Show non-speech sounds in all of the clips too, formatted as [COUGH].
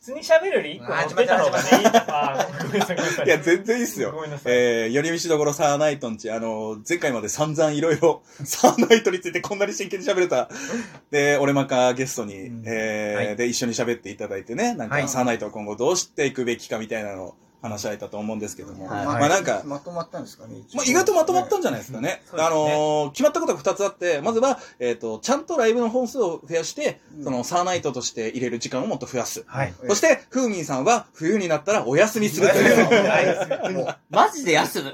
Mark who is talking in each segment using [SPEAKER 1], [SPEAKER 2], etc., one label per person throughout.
[SPEAKER 1] 通に喋るより一個持ってた方がね、いいあーごめんなさい、ごめんなさい。
[SPEAKER 2] いや、全然いいっすよ。
[SPEAKER 1] ごめんなさい。
[SPEAKER 2] えー、寄り道どころサーナイトんち、あのー前回まで散々い [LAUGHS] ろいろ、サーナイトについてこんなに真剣に喋れた。で、俺まかゲストに、
[SPEAKER 3] うん
[SPEAKER 2] えー
[SPEAKER 3] はい
[SPEAKER 2] で、一緒に喋っていただいてね、なんか、
[SPEAKER 3] はい
[SPEAKER 2] サーナイトを今後どうしていくべきかみたいなのを話し合えたと思うんですけども、
[SPEAKER 3] はい
[SPEAKER 2] まあなんか、
[SPEAKER 4] まとまったんですかね。一応
[SPEAKER 2] まあ、意外とまとまったんじゃないですかね。
[SPEAKER 1] そうですね
[SPEAKER 2] あのー決まったことが2つあって、まずは、えっ、と、ちゃんとライブの本数を増やして、
[SPEAKER 4] うん
[SPEAKER 2] その、サーナイトとして入れる時間をもっと増やす。
[SPEAKER 3] はい。
[SPEAKER 4] ええ
[SPEAKER 2] そして、ふうみんさんは、冬になったらお休みするという。
[SPEAKER 4] もう
[SPEAKER 5] マジで休む。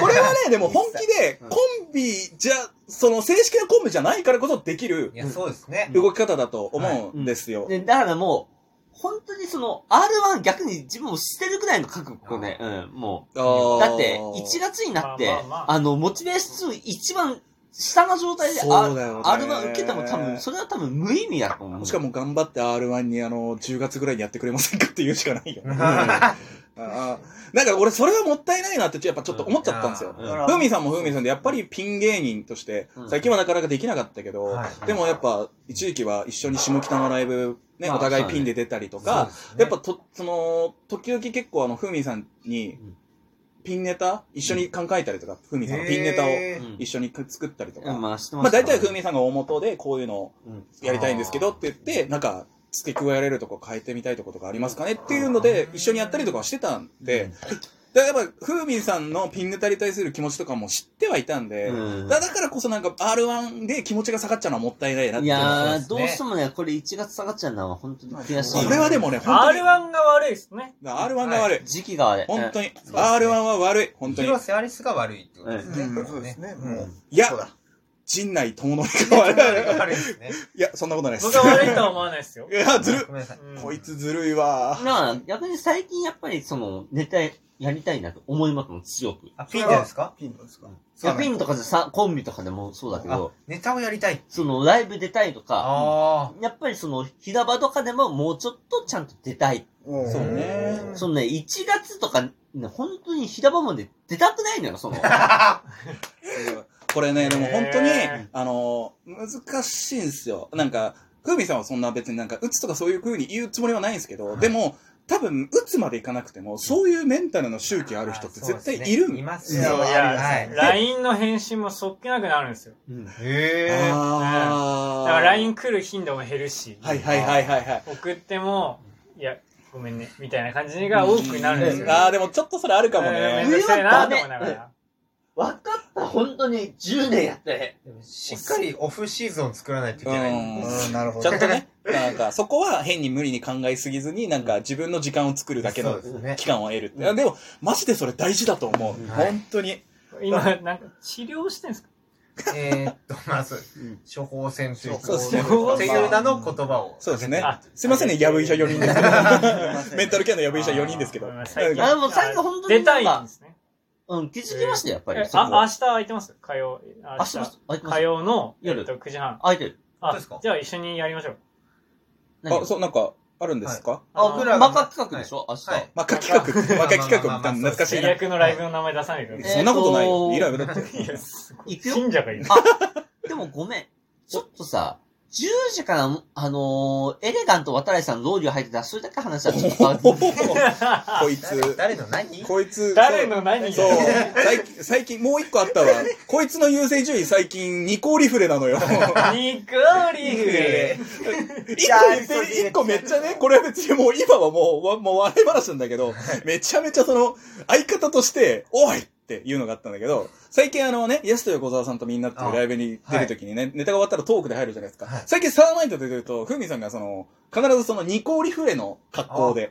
[SPEAKER 2] これはね、でも本気で
[SPEAKER 4] う、ん
[SPEAKER 2] コンビじゃ、その正式なコンビじゃないからこそできる
[SPEAKER 3] いや、そうですね。
[SPEAKER 2] 動き方だと思うんですよ。
[SPEAKER 5] [LAUGHS] でだからもう、本当にその、R1 逆に自分を捨てるくらいの覚悟ね。うん、も
[SPEAKER 2] あー
[SPEAKER 5] う。だって、1月になって、
[SPEAKER 1] まあ
[SPEAKER 5] あ
[SPEAKER 1] まあまあ
[SPEAKER 5] の、モチベーション一番下の状態で、
[SPEAKER 2] そうだよね
[SPEAKER 5] R1 受けても多分、それは多分無意味だと思う。
[SPEAKER 2] しかも頑張って R1 にあの、10月ぐらいにやってくれませんかって言うしかないよ。
[SPEAKER 3] うん
[SPEAKER 2] ああなんか俺それはもったいないなってやっぱちょっと思っちゃったんですよ。
[SPEAKER 5] うん
[SPEAKER 4] だから
[SPEAKER 2] ふうみんさんもふうみんさんでやっぱりピン芸人として
[SPEAKER 5] う、ん
[SPEAKER 2] 最近はなかなかできなかったけど、
[SPEAKER 3] はい
[SPEAKER 2] でもやっぱ一時期は一緒に下北のライブ、ね、
[SPEAKER 5] まあ
[SPEAKER 2] お互いピンで出たりとか、やっぱと、その、時々結構あの、ふうみんさんに
[SPEAKER 5] うん、
[SPEAKER 2] ピンネタ一緒に考えたりとか、ふうみんさんのピンネタを
[SPEAKER 3] を。
[SPEAKER 2] 一緒に作ったりと
[SPEAKER 5] う
[SPEAKER 2] か。
[SPEAKER 5] ん、
[SPEAKER 2] ま
[SPEAKER 5] まあ、知って
[SPEAKER 2] あ
[SPEAKER 5] ます
[SPEAKER 2] 大体
[SPEAKER 5] い
[SPEAKER 2] ふうみんさんが大元でこういうの
[SPEAKER 5] うん
[SPEAKER 2] やりたいんですけどって言って、なんか、付け加えられるとこ変えてみたいとことかありますかねっていうので、一緒にやったりとかはしてたんで、だからやっぱ、ふうみんさんのピンネタに対する気持ちとかも知ってはいたんで、
[SPEAKER 5] うん
[SPEAKER 2] だだからこそなんか R1 で気持ちが下がっちゃうのはもったいないなっ
[SPEAKER 5] い
[SPEAKER 2] ていうのは
[SPEAKER 5] や
[SPEAKER 3] そうですね
[SPEAKER 5] ー、どうしてもね、これ1月下がっちゃうのは本当に悔しい。
[SPEAKER 2] これはでもね、本当に
[SPEAKER 1] R1 が悪いですね。
[SPEAKER 2] R1 が悪い。
[SPEAKER 5] 時期が悪い。
[SPEAKER 2] 本当に、
[SPEAKER 3] すね
[SPEAKER 2] R1 は悪い。本当に。
[SPEAKER 3] 広瀬アリスが悪いってことですね。
[SPEAKER 4] うんそうですね。もう。
[SPEAKER 2] いや
[SPEAKER 4] そう、だ。
[SPEAKER 2] 陣内智則が悪い。
[SPEAKER 3] 悪いですね。
[SPEAKER 2] いや、そんなことないです。
[SPEAKER 1] 僕は悪いとは思わないですよ
[SPEAKER 2] い。や、ずる
[SPEAKER 3] ごめんなさい。
[SPEAKER 1] うん
[SPEAKER 2] こいつずるいわ。
[SPEAKER 5] なあ、逆に最近やっぱりその、ネタやりたいなと思いますもん、強く。
[SPEAKER 3] あ、ピンですか
[SPEAKER 4] ピンなんですか
[SPEAKER 5] いやピンとかでさ、コンビとかでもそうだけ
[SPEAKER 3] あ
[SPEAKER 5] ど、、
[SPEAKER 3] ネタをやりたい。
[SPEAKER 5] その、ライブ出たいとか、
[SPEAKER 3] あ
[SPEAKER 5] やっぱりその、平場とかでももうちょっとちゃんと出たい。
[SPEAKER 4] おー
[SPEAKER 3] あ。
[SPEAKER 2] そうね
[SPEAKER 3] ん
[SPEAKER 5] そのね、1月とか、ね、本当に平場まで出たくないのよ、その。
[SPEAKER 2] これね、でも本当に
[SPEAKER 1] へ、
[SPEAKER 2] あの、難しいんですよ。なんか、ふうみさんはそんな別になんか、打つとかそういう風に言うつもりはないんですけど、
[SPEAKER 3] はい
[SPEAKER 2] でも、多分、打つまでいかなくても、そういうメンタルの周期ある人って絶対いるん
[SPEAKER 3] います
[SPEAKER 4] い
[SPEAKER 3] よ。
[SPEAKER 4] や
[SPEAKER 1] そういや
[SPEAKER 3] ありますね
[SPEAKER 1] LINE の返信もそっけなくなるんですよ。
[SPEAKER 3] へ
[SPEAKER 1] だ
[SPEAKER 3] ー
[SPEAKER 2] あー
[SPEAKER 1] から LINE 来る頻度も減るし、
[SPEAKER 2] はいはいはいはいはい。
[SPEAKER 1] 送っても、いや、ごめんね、みたいな感じが多くなるんですよ。
[SPEAKER 2] ああ、でもちょっとそれあるかも
[SPEAKER 1] えーめんど
[SPEAKER 2] ね。
[SPEAKER 1] くさいなと思いながら。
[SPEAKER 5] わかった、本当に10年やって。
[SPEAKER 3] でもしっかりオフシーズンを作らないといけない。
[SPEAKER 2] うん
[SPEAKER 4] うんなるほ
[SPEAKER 2] ち
[SPEAKER 4] ど
[SPEAKER 2] ゃん。とね、なんか、そこは変に無理に考えすぎずに、なんか自分の時間を作るだけ
[SPEAKER 3] そ
[SPEAKER 2] の
[SPEAKER 3] うですね
[SPEAKER 2] 期間を得るって。
[SPEAKER 5] うん
[SPEAKER 2] でも、マジでそれ大事だと思う。
[SPEAKER 5] うん
[SPEAKER 3] はい
[SPEAKER 2] 本当に。
[SPEAKER 1] 今、なんか治療してんですか
[SPEAKER 3] えーっと、まあ、そう
[SPEAKER 5] うん
[SPEAKER 3] 処方箋というか、
[SPEAKER 2] そうですね
[SPEAKER 3] っていう名の言葉を。
[SPEAKER 2] そうですね
[SPEAKER 1] あ。
[SPEAKER 2] すいませんね、やぶ医者4人ですけど。 [LAUGHS] メンタルケアのやぶ医者4人ですけど。
[SPEAKER 1] あーごめんなさい
[SPEAKER 2] うん
[SPEAKER 5] あでも最近本当
[SPEAKER 1] 出
[SPEAKER 5] に
[SPEAKER 1] た
[SPEAKER 5] なん
[SPEAKER 1] いん
[SPEAKER 5] か
[SPEAKER 1] で、すね。
[SPEAKER 5] うん、気づきましたよ、やっぱり。
[SPEAKER 1] え、
[SPEAKER 5] そこ
[SPEAKER 1] あ、明
[SPEAKER 5] は
[SPEAKER 1] 日空いてます火曜、明
[SPEAKER 5] 明日
[SPEAKER 1] 日
[SPEAKER 5] も、あ、いてます
[SPEAKER 1] 火曜の、え
[SPEAKER 5] 夜
[SPEAKER 1] っと、9時半。
[SPEAKER 5] あ、いてる。
[SPEAKER 3] 本
[SPEAKER 1] あ
[SPEAKER 3] 当ですか、
[SPEAKER 1] じゃあ一緒にやりましょう。
[SPEAKER 5] 何
[SPEAKER 2] あ、そう、なんか、あるんですか
[SPEAKER 5] あ、
[SPEAKER 1] 僕
[SPEAKER 5] 僕
[SPEAKER 1] ら
[SPEAKER 5] ら
[SPEAKER 3] が
[SPEAKER 5] マカ企画でしょ、明日。
[SPEAKER 3] はい
[SPEAKER 2] マカ企画。マカ企画、
[SPEAKER 3] まあまあまあまあ
[SPEAKER 2] 懐かしい
[SPEAKER 1] 制
[SPEAKER 2] な。
[SPEAKER 1] 約のライブの名前出さないでくださ
[SPEAKER 2] そんなことないよ。
[SPEAKER 5] えーとー
[SPEAKER 2] いいライブだって。
[SPEAKER 1] い。いや、すごい。
[SPEAKER 5] 行くよ
[SPEAKER 1] 信者がいる。
[SPEAKER 5] でもごめん。ちょっとさ、10時から、あのー、エレガント渡来さんのロウリュ入ってた、それだけ話はちょっと変わる
[SPEAKER 2] おーこ
[SPEAKER 3] 誰
[SPEAKER 2] いつ、
[SPEAKER 3] 誰の何
[SPEAKER 2] こいつ、
[SPEAKER 1] 誰の何
[SPEAKER 2] そう、最近、最近、もう一個あったわ。こいつの優勢順位最近、二項リフレなのよ。
[SPEAKER 1] ニコリフレ。
[SPEAKER 2] 一個言って一個めっちゃね、これは別にもう今はもう、わもう笑い話なんだけど、めちゃめちゃその、相方として、おいっていうのがあったんだけど、最近あのね、イエスと横澤さんとみんなっていうライブに出るときにね、ネタが終わったらトークで入るじゃないですか。
[SPEAKER 3] はい
[SPEAKER 2] 最近サーナイトで出ると、ふみさんがその、必ずその二項リフレの格好で、
[SPEAKER 4] はい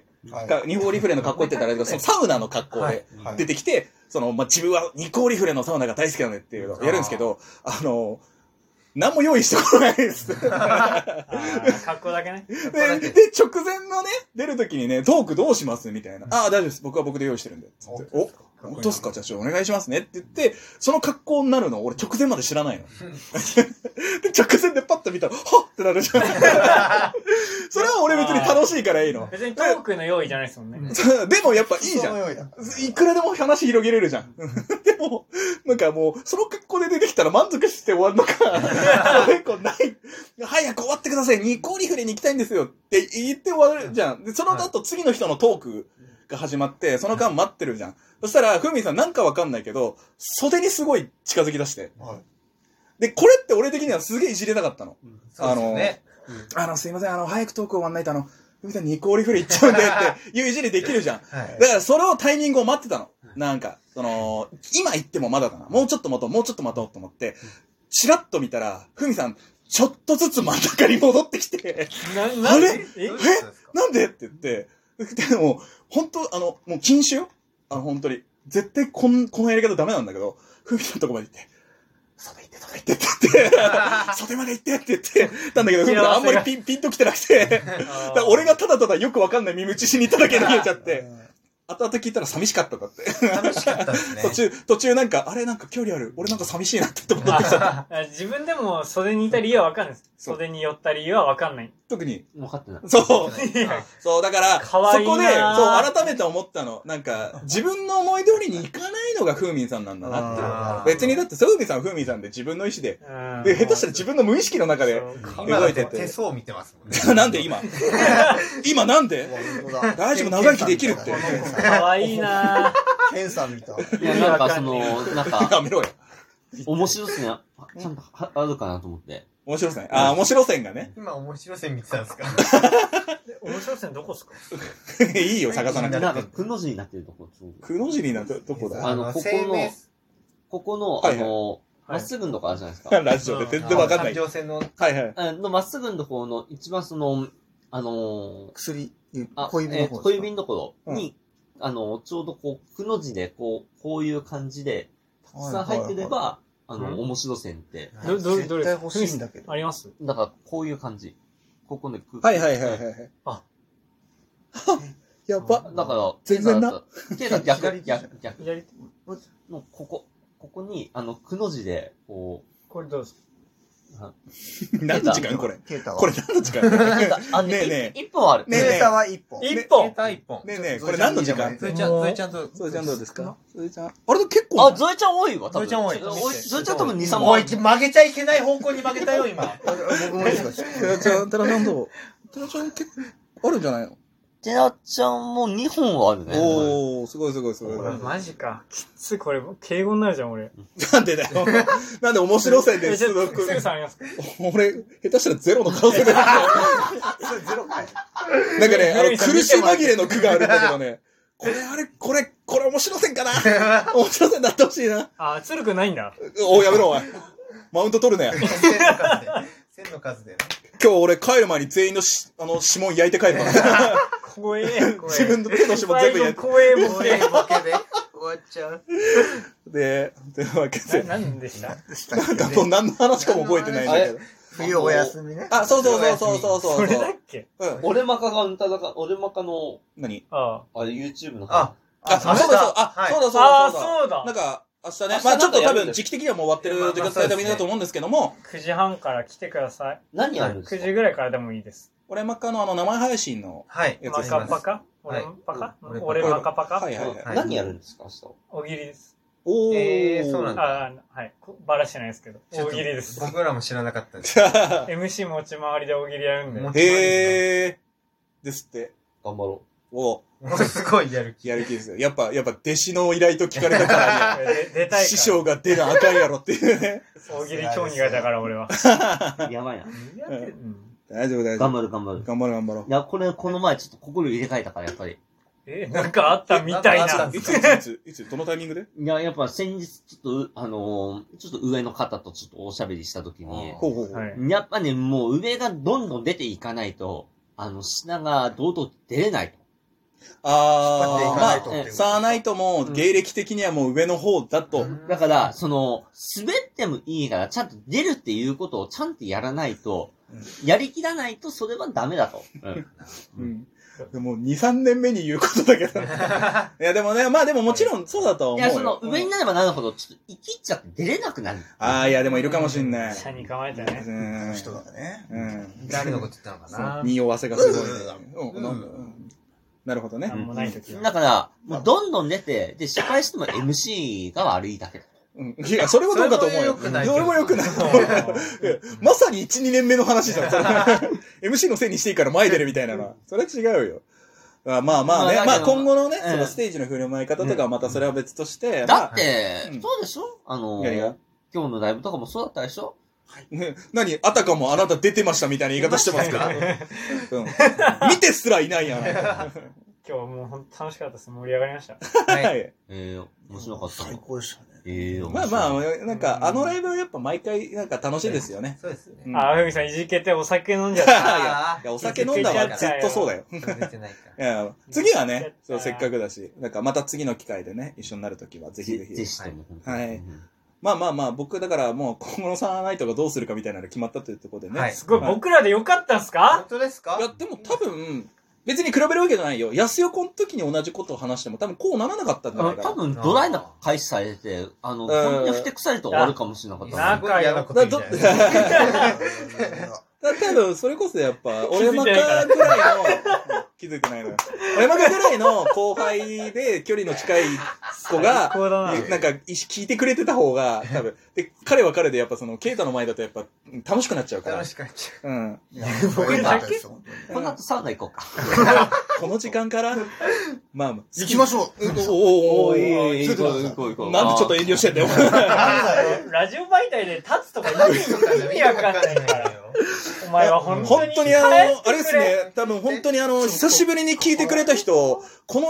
[SPEAKER 2] か二項リフレの格好って言ったらあれだけど、そのサウナの格好で、
[SPEAKER 3] はい
[SPEAKER 4] はい
[SPEAKER 2] 出てきて、その、まあ、自分はニコーリフレのサウナが大好きなのよっていうのをやるんですけど、あの、何も用意してこないです。で、で
[SPEAKER 1] あー格好だけね。
[SPEAKER 2] 直前のね、出るときにね、トークどうしますみたいな。ああ、大丈夫です。僕は僕で用意してるんで。つってお本当っすか、社長お願いしますねって言って、その格好になるのを俺直前まで知らないの。 [LAUGHS] で、直前でパッと見たら、はっってなるじ [LAUGHS] ゃん。それは俺別に楽しいからいいの。
[SPEAKER 1] 別にトークの用意じゃないですもんね。
[SPEAKER 2] [LAUGHS] でもやっぱいいじゃん
[SPEAKER 4] そ。のようだ
[SPEAKER 2] いくらでも話広げれるじゃん。 [LAUGHS] でも、なんかもう、その格好で出てきたら満足して終わるの [LAUGHS] か、結構ない。早く終わってください、ニコリフレに行きたいんですよって言って終わるじゃん。で、その後次の人のトークが始まって、その間待ってるじゃん。そしたら、ふみさんなんかわかんないけど、袖にすごい近づき出して。
[SPEAKER 4] はい
[SPEAKER 2] で、これって俺的にはすげえいじれたかったの。
[SPEAKER 3] そうですね。
[SPEAKER 2] あの、すいません、あの、早くトーク終わんないと、あの、ふみさんニコリフレ行っちゃうんだよっていういじりできるじゃん。
[SPEAKER 3] はい。
[SPEAKER 2] だからそれをタイミングを待ってたの。なんか、その、今行ってもまだだな。もうちょっと待とう、もうちょっと待とうと思って、チラッと見たら、ふみさん、ちょっとずつ真ん中に戻ってきて、 [LAUGHS]
[SPEAKER 1] な、な
[SPEAKER 2] あれ
[SPEAKER 1] え
[SPEAKER 3] どういうことですか
[SPEAKER 2] なんでって言って、でも、本当あの、もう禁酒よ。あの、本当に。絶対こん、このやり方ダメなんだけど、ふみさんのとこまで行って、袖行って、袖行ってって [LAUGHS] 言って、袖まで行ってって言ってたんだけど、ふみさんあんまりピン、ピンと来てなくて、 [LAUGHS] だから俺がただただよくわかんない身内しに行っただけで逃げちゃって、後々聞いたら寂しかったんだって。
[SPEAKER 3] 楽しかったですね。
[SPEAKER 2] 途中、途中なんか、あれなんか距離ある。俺なんか寂しいなって思ってきた。
[SPEAKER 1] あ自分でも袖にいた理由はわかんないです。
[SPEAKER 2] そう
[SPEAKER 1] 袖に寄った理由はわかんない。
[SPEAKER 2] 特に。
[SPEAKER 5] 分かってない。
[SPEAKER 2] そう。
[SPEAKER 1] いや
[SPEAKER 2] [LAUGHS] そう、だから、そ
[SPEAKER 1] かわいいな
[SPEAKER 2] こで、そう、改めて思ったの。なんか、自分の思い通りにいかないのが風民さんなんだなっていう。
[SPEAKER 3] あー
[SPEAKER 2] 別にだって、そう風民さんは風民さんで自分の意思で。
[SPEAKER 1] うん
[SPEAKER 2] で、下手したら自分の無意識の中で。
[SPEAKER 1] そう
[SPEAKER 3] 今だって
[SPEAKER 2] 動いてて
[SPEAKER 3] 手相見てますもんね。
[SPEAKER 2] [LAUGHS] なんで今今なんで大丈夫長生きできるって
[SPEAKER 1] かわいいなぁ。
[SPEAKER 4] ケンさんみたい。
[SPEAKER 5] いや、なんかその、なんか、
[SPEAKER 2] [LAUGHS] やめろよ。
[SPEAKER 5] 面白すね、ははあるかなと思って。
[SPEAKER 2] 面白線。あー、面白線がね。 [LAUGHS]
[SPEAKER 3] 今面白線見てたんですか
[SPEAKER 1] 面白線どこっすか
[SPEAKER 2] いいよ、探さなく
[SPEAKER 5] な
[SPEAKER 2] て
[SPEAKER 5] ん。か、くの字になってるとこ、すごく
[SPEAKER 2] くの字になってどこだ
[SPEAKER 5] あのここの
[SPEAKER 3] 生命
[SPEAKER 5] ここの、
[SPEAKER 2] は
[SPEAKER 5] あ
[SPEAKER 2] いはい
[SPEAKER 5] の、
[SPEAKER 1] い
[SPEAKER 5] まっすぐのとこあるじゃないですか。
[SPEAKER 2] ラジオで全然わかんな
[SPEAKER 3] 環
[SPEAKER 2] い。
[SPEAKER 3] 状線の、
[SPEAKER 2] はいはい。
[SPEAKER 5] あの、まっすぐのところの、一番その、あの、
[SPEAKER 4] 薬、
[SPEAKER 5] あ
[SPEAKER 4] 小指の
[SPEAKER 5] えー
[SPEAKER 4] 方
[SPEAKER 5] 小指のところに、あの、ちょうどこう、くの字で、こう、こういう感じで、たくさん入ってれば、あ
[SPEAKER 1] いはい
[SPEAKER 5] の、面白線って、
[SPEAKER 1] ど、ど、ど
[SPEAKER 4] 絶
[SPEAKER 1] れ
[SPEAKER 4] 対
[SPEAKER 1] ですか
[SPEAKER 4] 欲しいんだけど。
[SPEAKER 1] あります
[SPEAKER 5] だから、こういう感じ。ここの空。
[SPEAKER 2] はいはいはいはいい。
[SPEAKER 1] あ。
[SPEAKER 2] やば。
[SPEAKER 5] だから、
[SPEAKER 2] 全然な
[SPEAKER 5] 手が。手が逆、
[SPEAKER 4] 左手じゃない
[SPEAKER 5] 逆、逆
[SPEAKER 1] 左手
[SPEAKER 5] の、ここ、ここに、あの、くの字で、こ
[SPEAKER 1] これどうですか
[SPEAKER 2] 何の時間これ。
[SPEAKER 4] ケータは。
[SPEAKER 2] これ何の時間
[SPEAKER 5] う、なんか、あ
[SPEAKER 2] [LAUGHS]
[SPEAKER 5] の、
[SPEAKER 2] ねえね
[SPEAKER 5] ね、一本ある。
[SPEAKER 2] ねえねえ
[SPEAKER 4] ケータは一本。
[SPEAKER 1] 一本
[SPEAKER 3] タ一本。
[SPEAKER 2] ねえねえ、これ何の時間
[SPEAKER 3] それちゃん、それちゃんと。
[SPEAKER 2] それちゃんどうですかそれちゃん。あれ結構
[SPEAKER 5] あ、。ゾエちゃん多いわ、多分。
[SPEAKER 3] ゾエちゃん多い
[SPEAKER 5] ゾエちゃん多分2、3
[SPEAKER 3] もう
[SPEAKER 5] 本。
[SPEAKER 3] 一曲げちゃいけない方向に曲げたよ、今。
[SPEAKER 4] 僕もですか
[SPEAKER 2] テラちゃん、テラちゃんどうテラちゃん結構あるんじゃないの
[SPEAKER 5] テラちゃんも2本はあるね。
[SPEAKER 2] おー、すごいすごいすごい。
[SPEAKER 1] うわマジか。きつい、これ、敬語になるじゃん、俺。
[SPEAKER 2] なんでだよ。なんで面白線で
[SPEAKER 1] えちょ
[SPEAKER 2] 出
[SPEAKER 1] っと
[SPEAKER 2] 力
[SPEAKER 1] す。ぐさんありますか
[SPEAKER 2] 俺、下手したらゼロの可能性があ
[SPEAKER 4] ゼロ回。
[SPEAKER 2] る。なんかね、あの、苦し紛れの句があるんだけどね。これあれ、これ、これ面白線かな面白線になってほしいな。
[SPEAKER 1] あ、つるくないんだ。
[SPEAKER 2] お、やめろ、お前。マウント取るね。
[SPEAKER 3] 線の数で。線の数でね。
[SPEAKER 2] 今日俺帰る前に全員のしあの指紋焼いて帰ったの
[SPEAKER 1] 怖え、怖え。
[SPEAKER 2] [LAUGHS] 自分の手の指紋全部焼い
[SPEAKER 1] 最
[SPEAKER 2] て
[SPEAKER 1] 後怖えもん
[SPEAKER 3] 声ボケで終わっちゃう。
[SPEAKER 2] でというわけで [LAUGHS]
[SPEAKER 1] な何でした
[SPEAKER 2] なんかもう何の話かも覚えてないんだけど
[SPEAKER 4] 冬お休みね。
[SPEAKER 2] あそうそうそうそうそう
[SPEAKER 1] そ
[SPEAKER 2] そう
[SPEAKER 1] れだっけ
[SPEAKER 2] うん
[SPEAKER 5] 俺まかが歌だか、俺まかの、
[SPEAKER 2] 何
[SPEAKER 1] あ
[SPEAKER 5] あれ、YouTube の。
[SPEAKER 3] あ、
[SPEAKER 2] あそうだそうあ
[SPEAKER 3] はい
[SPEAKER 2] そうだそう
[SPEAKER 1] あ
[SPEAKER 2] だ
[SPEAKER 1] あ、
[SPEAKER 2] そう
[SPEAKER 1] そう
[SPEAKER 2] だな
[SPEAKER 1] だ。
[SPEAKER 2] んか明日ね
[SPEAKER 5] 明日
[SPEAKER 2] まあちょっと
[SPEAKER 5] なんかや
[SPEAKER 2] 多
[SPEAKER 5] るん
[SPEAKER 2] 分
[SPEAKER 5] です
[SPEAKER 2] 時期的にはもう終わってる時間帯がみんなだと思うんですけども
[SPEAKER 1] 9時半から来てください。
[SPEAKER 5] 何やるんです
[SPEAKER 1] 9
[SPEAKER 5] か
[SPEAKER 1] 時ぐらいからでもいいです。
[SPEAKER 2] 俺真っ赤のあの生配信の
[SPEAKER 3] はい。
[SPEAKER 2] やつ
[SPEAKER 1] マ
[SPEAKER 2] です
[SPEAKER 1] カパカ
[SPEAKER 3] はい
[SPEAKER 1] 俺パカ
[SPEAKER 3] うん
[SPEAKER 1] 俺マカパカ
[SPEAKER 2] はいはいはい
[SPEAKER 3] はい
[SPEAKER 5] 何やるんですか、明日。
[SPEAKER 1] 大喜利です。
[SPEAKER 2] お
[SPEAKER 3] えーそうなんだ
[SPEAKER 1] ああ、はい。こバラしてないですけど。大喜利です。
[SPEAKER 3] 僕らも知らなかったんです。
[SPEAKER 2] だ
[SPEAKER 1] MC 持ち回りで大喜利やるんで。
[SPEAKER 3] もう
[SPEAKER 2] へえですって
[SPEAKER 5] 頑張ろ
[SPEAKER 2] お
[SPEAKER 3] もうすごいやる気。
[SPEAKER 2] やる気ですよやっぱやっぱ弟子の依頼と聞かれたからには
[SPEAKER 1] で出 [LAUGHS] たいから。
[SPEAKER 2] 師匠が出なあかんやろっていうね。
[SPEAKER 1] 大喜利超苦手だから俺は。
[SPEAKER 5] う。やばいな。
[SPEAKER 1] 苦手うん
[SPEAKER 2] [LAUGHS] 大丈夫、大
[SPEAKER 5] 頑。張る、頑張る。
[SPEAKER 2] 頑張ろう、頑張ろ
[SPEAKER 5] いや、これ、この前ちょっと心入れ替えたから、やっぱり。
[SPEAKER 1] え、なんかあったみたい
[SPEAKER 3] なんかあ
[SPEAKER 1] な
[SPEAKER 3] っ。
[SPEAKER 2] いつ、いつ、いつ、いつ、どのタイミングで
[SPEAKER 5] いや、やっぱ先日、ちょっと、あのーちょっと上の方とちょっとおしゃべりしたときに、
[SPEAKER 2] ほうほうほ
[SPEAKER 1] は
[SPEAKER 2] う。
[SPEAKER 1] い。
[SPEAKER 5] やっぱね、もう上がどんどん出ていかないと、あの、品が堂々と出れないと。
[SPEAKER 4] 引っ張っていかない
[SPEAKER 2] あー、
[SPEAKER 4] とっていう
[SPEAKER 2] まあ、
[SPEAKER 4] こ
[SPEAKER 2] サーナイトも芸歴的にはもう上の方だと。
[SPEAKER 5] だから、その、滑ってもいいから、ちゃんと出るっていうことをちゃんとやらないと、やりきらないと、それはダメだと。うん
[SPEAKER 2] うんもう2、3年目に言うことだけどね。いや、でもね、まあでももちろんそうだとは思う
[SPEAKER 5] い
[SPEAKER 2] よ。
[SPEAKER 5] や、その、上に
[SPEAKER 2] うん
[SPEAKER 5] なればなるほど、ちょっと、生きっちゃって出れなくなる。
[SPEAKER 2] ああ、いや、でもいるかもしんない。
[SPEAKER 1] 社に構えた
[SPEAKER 2] う
[SPEAKER 1] ね。
[SPEAKER 2] ん。
[SPEAKER 4] 人だね。
[SPEAKER 2] うん。
[SPEAKER 3] 誰のこと言ったのかな
[SPEAKER 2] 匂わせがすごいね。う
[SPEAKER 4] う
[SPEAKER 2] な
[SPEAKER 4] んん
[SPEAKER 2] んかうんなるほどね
[SPEAKER 1] な。んもない時は。
[SPEAKER 5] だから、もうどんどん出て、で、失敗しても MC が悪いだけだ。
[SPEAKER 2] うんいや、それはどうかと思うよ。
[SPEAKER 3] それも良くないけど
[SPEAKER 2] どれも良
[SPEAKER 3] [LAUGHS]
[SPEAKER 2] くない。まさに1、2年目の話じゃん。それ MC のせいにしていいから前出るみたいなのは。それは違うよ。あまあまあね。
[SPEAKER 5] まあだけど
[SPEAKER 2] まあ今後のね、
[SPEAKER 5] うん
[SPEAKER 2] そのステージの振る舞い方とかはまたそれは別として。ま
[SPEAKER 5] だ
[SPEAKER 2] あ
[SPEAKER 5] って、
[SPEAKER 2] うん
[SPEAKER 5] そうでしょあの
[SPEAKER 2] 何が
[SPEAKER 5] 今日のライブとかもそうだったでしょ
[SPEAKER 2] ね何あたかもあなた出てましたみたいな言い方してますけど。うん見てすらいないやん。
[SPEAKER 1] 今日もうほんと楽しかったです。盛り上がりました。
[SPEAKER 2] は
[SPEAKER 3] はい
[SPEAKER 2] い。
[SPEAKER 5] ええ面白かったな。
[SPEAKER 4] 最高でしたね。
[SPEAKER 5] ええ面白い
[SPEAKER 2] まあまあ、なんかあのライブはやっぱ毎回なんか楽しいです [LAUGHS] よね。
[SPEAKER 3] そうですね。
[SPEAKER 2] うん
[SPEAKER 1] あ、ふみさんいじけてお酒飲んじゃっ
[SPEAKER 2] いや
[SPEAKER 1] た。
[SPEAKER 3] あ
[SPEAKER 2] いやお酒飲んだはずっとそうだよ。
[SPEAKER 3] ー出てないか
[SPEAKER 2] いや、次はね、そう、せっかくだし、なんかまた次の機会でね、一緒になるときは、ぜひぜひ。
[SPEAKER 5] ぜひとも。
[SPEAKER 2] はい
[SPEAKER 5] うん
[SPEAKER 2] まあまあまあ、僕、だからもう、今後のサーナイトがどうするかみたいなの決まったというところでね。
[SPEAKER 3] はい
[SPEAKER 1] すごい、僕らでよかったんす
[SPEAKER 3] 本
[SPEAKER 1] か
[SPEAKER 3] 当ですか
[SPEAKER 2] いや、でも多分、別に比べるわけじゃないよ。安横の時に同じことを話しても、多分こうならなかったんじゃない
[SPEAKER 5] あ
[SPEAKER 2] かな。
[SPEAKER 5] 多分、ドライな開始されて、あの、本当にふてくされと終わるかもしれなかった
[SPEAKER 1] な
[SPEAKER 5] な。
[SPEAKER 1] ん
[SPEAKER 3] すごい嫌なこと言ってない
[SPEAKER 2] [LAUGHS] だ多分、それこそやっぱ、
[SPEAKER 1] づ
[SPEAKER 2] 俺
[SPEAKER 1] いて
[SPEAKER 2] ま
[SPEAKER 1] な
[SPEAKER 2] か
[SPEAKER 1] いから
[SPEAKER 2] ぐらいの、 [LAUGHS] 気づいてないのよ。俺まかぐらいの後輩で距離の近い子が、
[SPEAKER 1] こうだな。
[SPEAKER 2] でなんか、い聞いてくれてた方が、多分。で、彼は彼で、やっぱその、ケイタの前だとやっぱ、うん楽しくなっちゃうから
[SPEAKER 3] 楽。しかった。
[SPEAKER 2] うん。
[SPEAKER 4] いや僕
[SPEAKER 1] らだけ
[SPEAKER 5] この後サウナ行こうか。
[SPEAKER 2] この時間から、まあまあ、
[SPEAKER 4] 行きましょう。
[SPEAKER 2] おおお
[SPEAKER 5] い
[SPEAKER 2] ー
[SPEAKER 5] いいい行こ [LAUGHS] う行こう行こう。
[SPEAKER 2] なんでちょっと遠慮してんだよ。
[SPEAKER 1] ラジオ媒体で立つとか意味わかんないから。お前は本当
[SPEAKER 2] 本
[SPEAKER 1] に。
[SPEAKER 2] 当にあの、あれです
[SPEAKER 1] 帰って
[SPEAKER 2] ね、多分本当にあの、久しぶりに聞いてくれた人、この、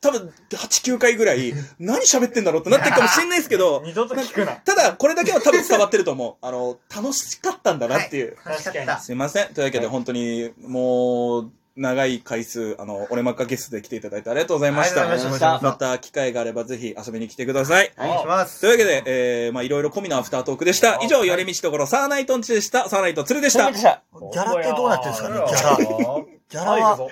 [SPEAKER 2] 多分、8、9回ぐらい、何喋ってんだろうってなってるかもしれないですけ
[SPEAKER 1] く
[SPEAKER 2] ど
[SPEAKER 1] れ。、二度と聞くな。
[SPEAKER 2] ただ、これだけは多分伝わってると思う。あの、楽しかったんだなっていう。
[SPEAKER 1] 確かに。
[SPEAKER 2] すいません。というわけで、本当に、もう、長い回数、あの、俺まっかゲストで来ていただいてありがとうございま
[SPEAKER 3] あ
[SPEAKER 2] し
[SPEAKER 3] りが
[SPEAKER 2] た。
[SPEAKER 5] とうございました
[SPEAKER 2] また機会があればぜひ遊びに来てください。
[SPEAKER 3] お願いします。
[SPEAKER 2] というわけで、えー、まあいろいろ込みのアフタートークでした。以上、寄り道ところ、サーナイトンチでした。サーナイトツルでした。
[SPEAKER 5] した。
[SPEAKER 4] ギャラってどうなってるんですかね、ギャラ。ギャラ
[SPEAKER 1] はい、行
[SPEAKER 4] は
[SPEAKER 1] く。ぞ。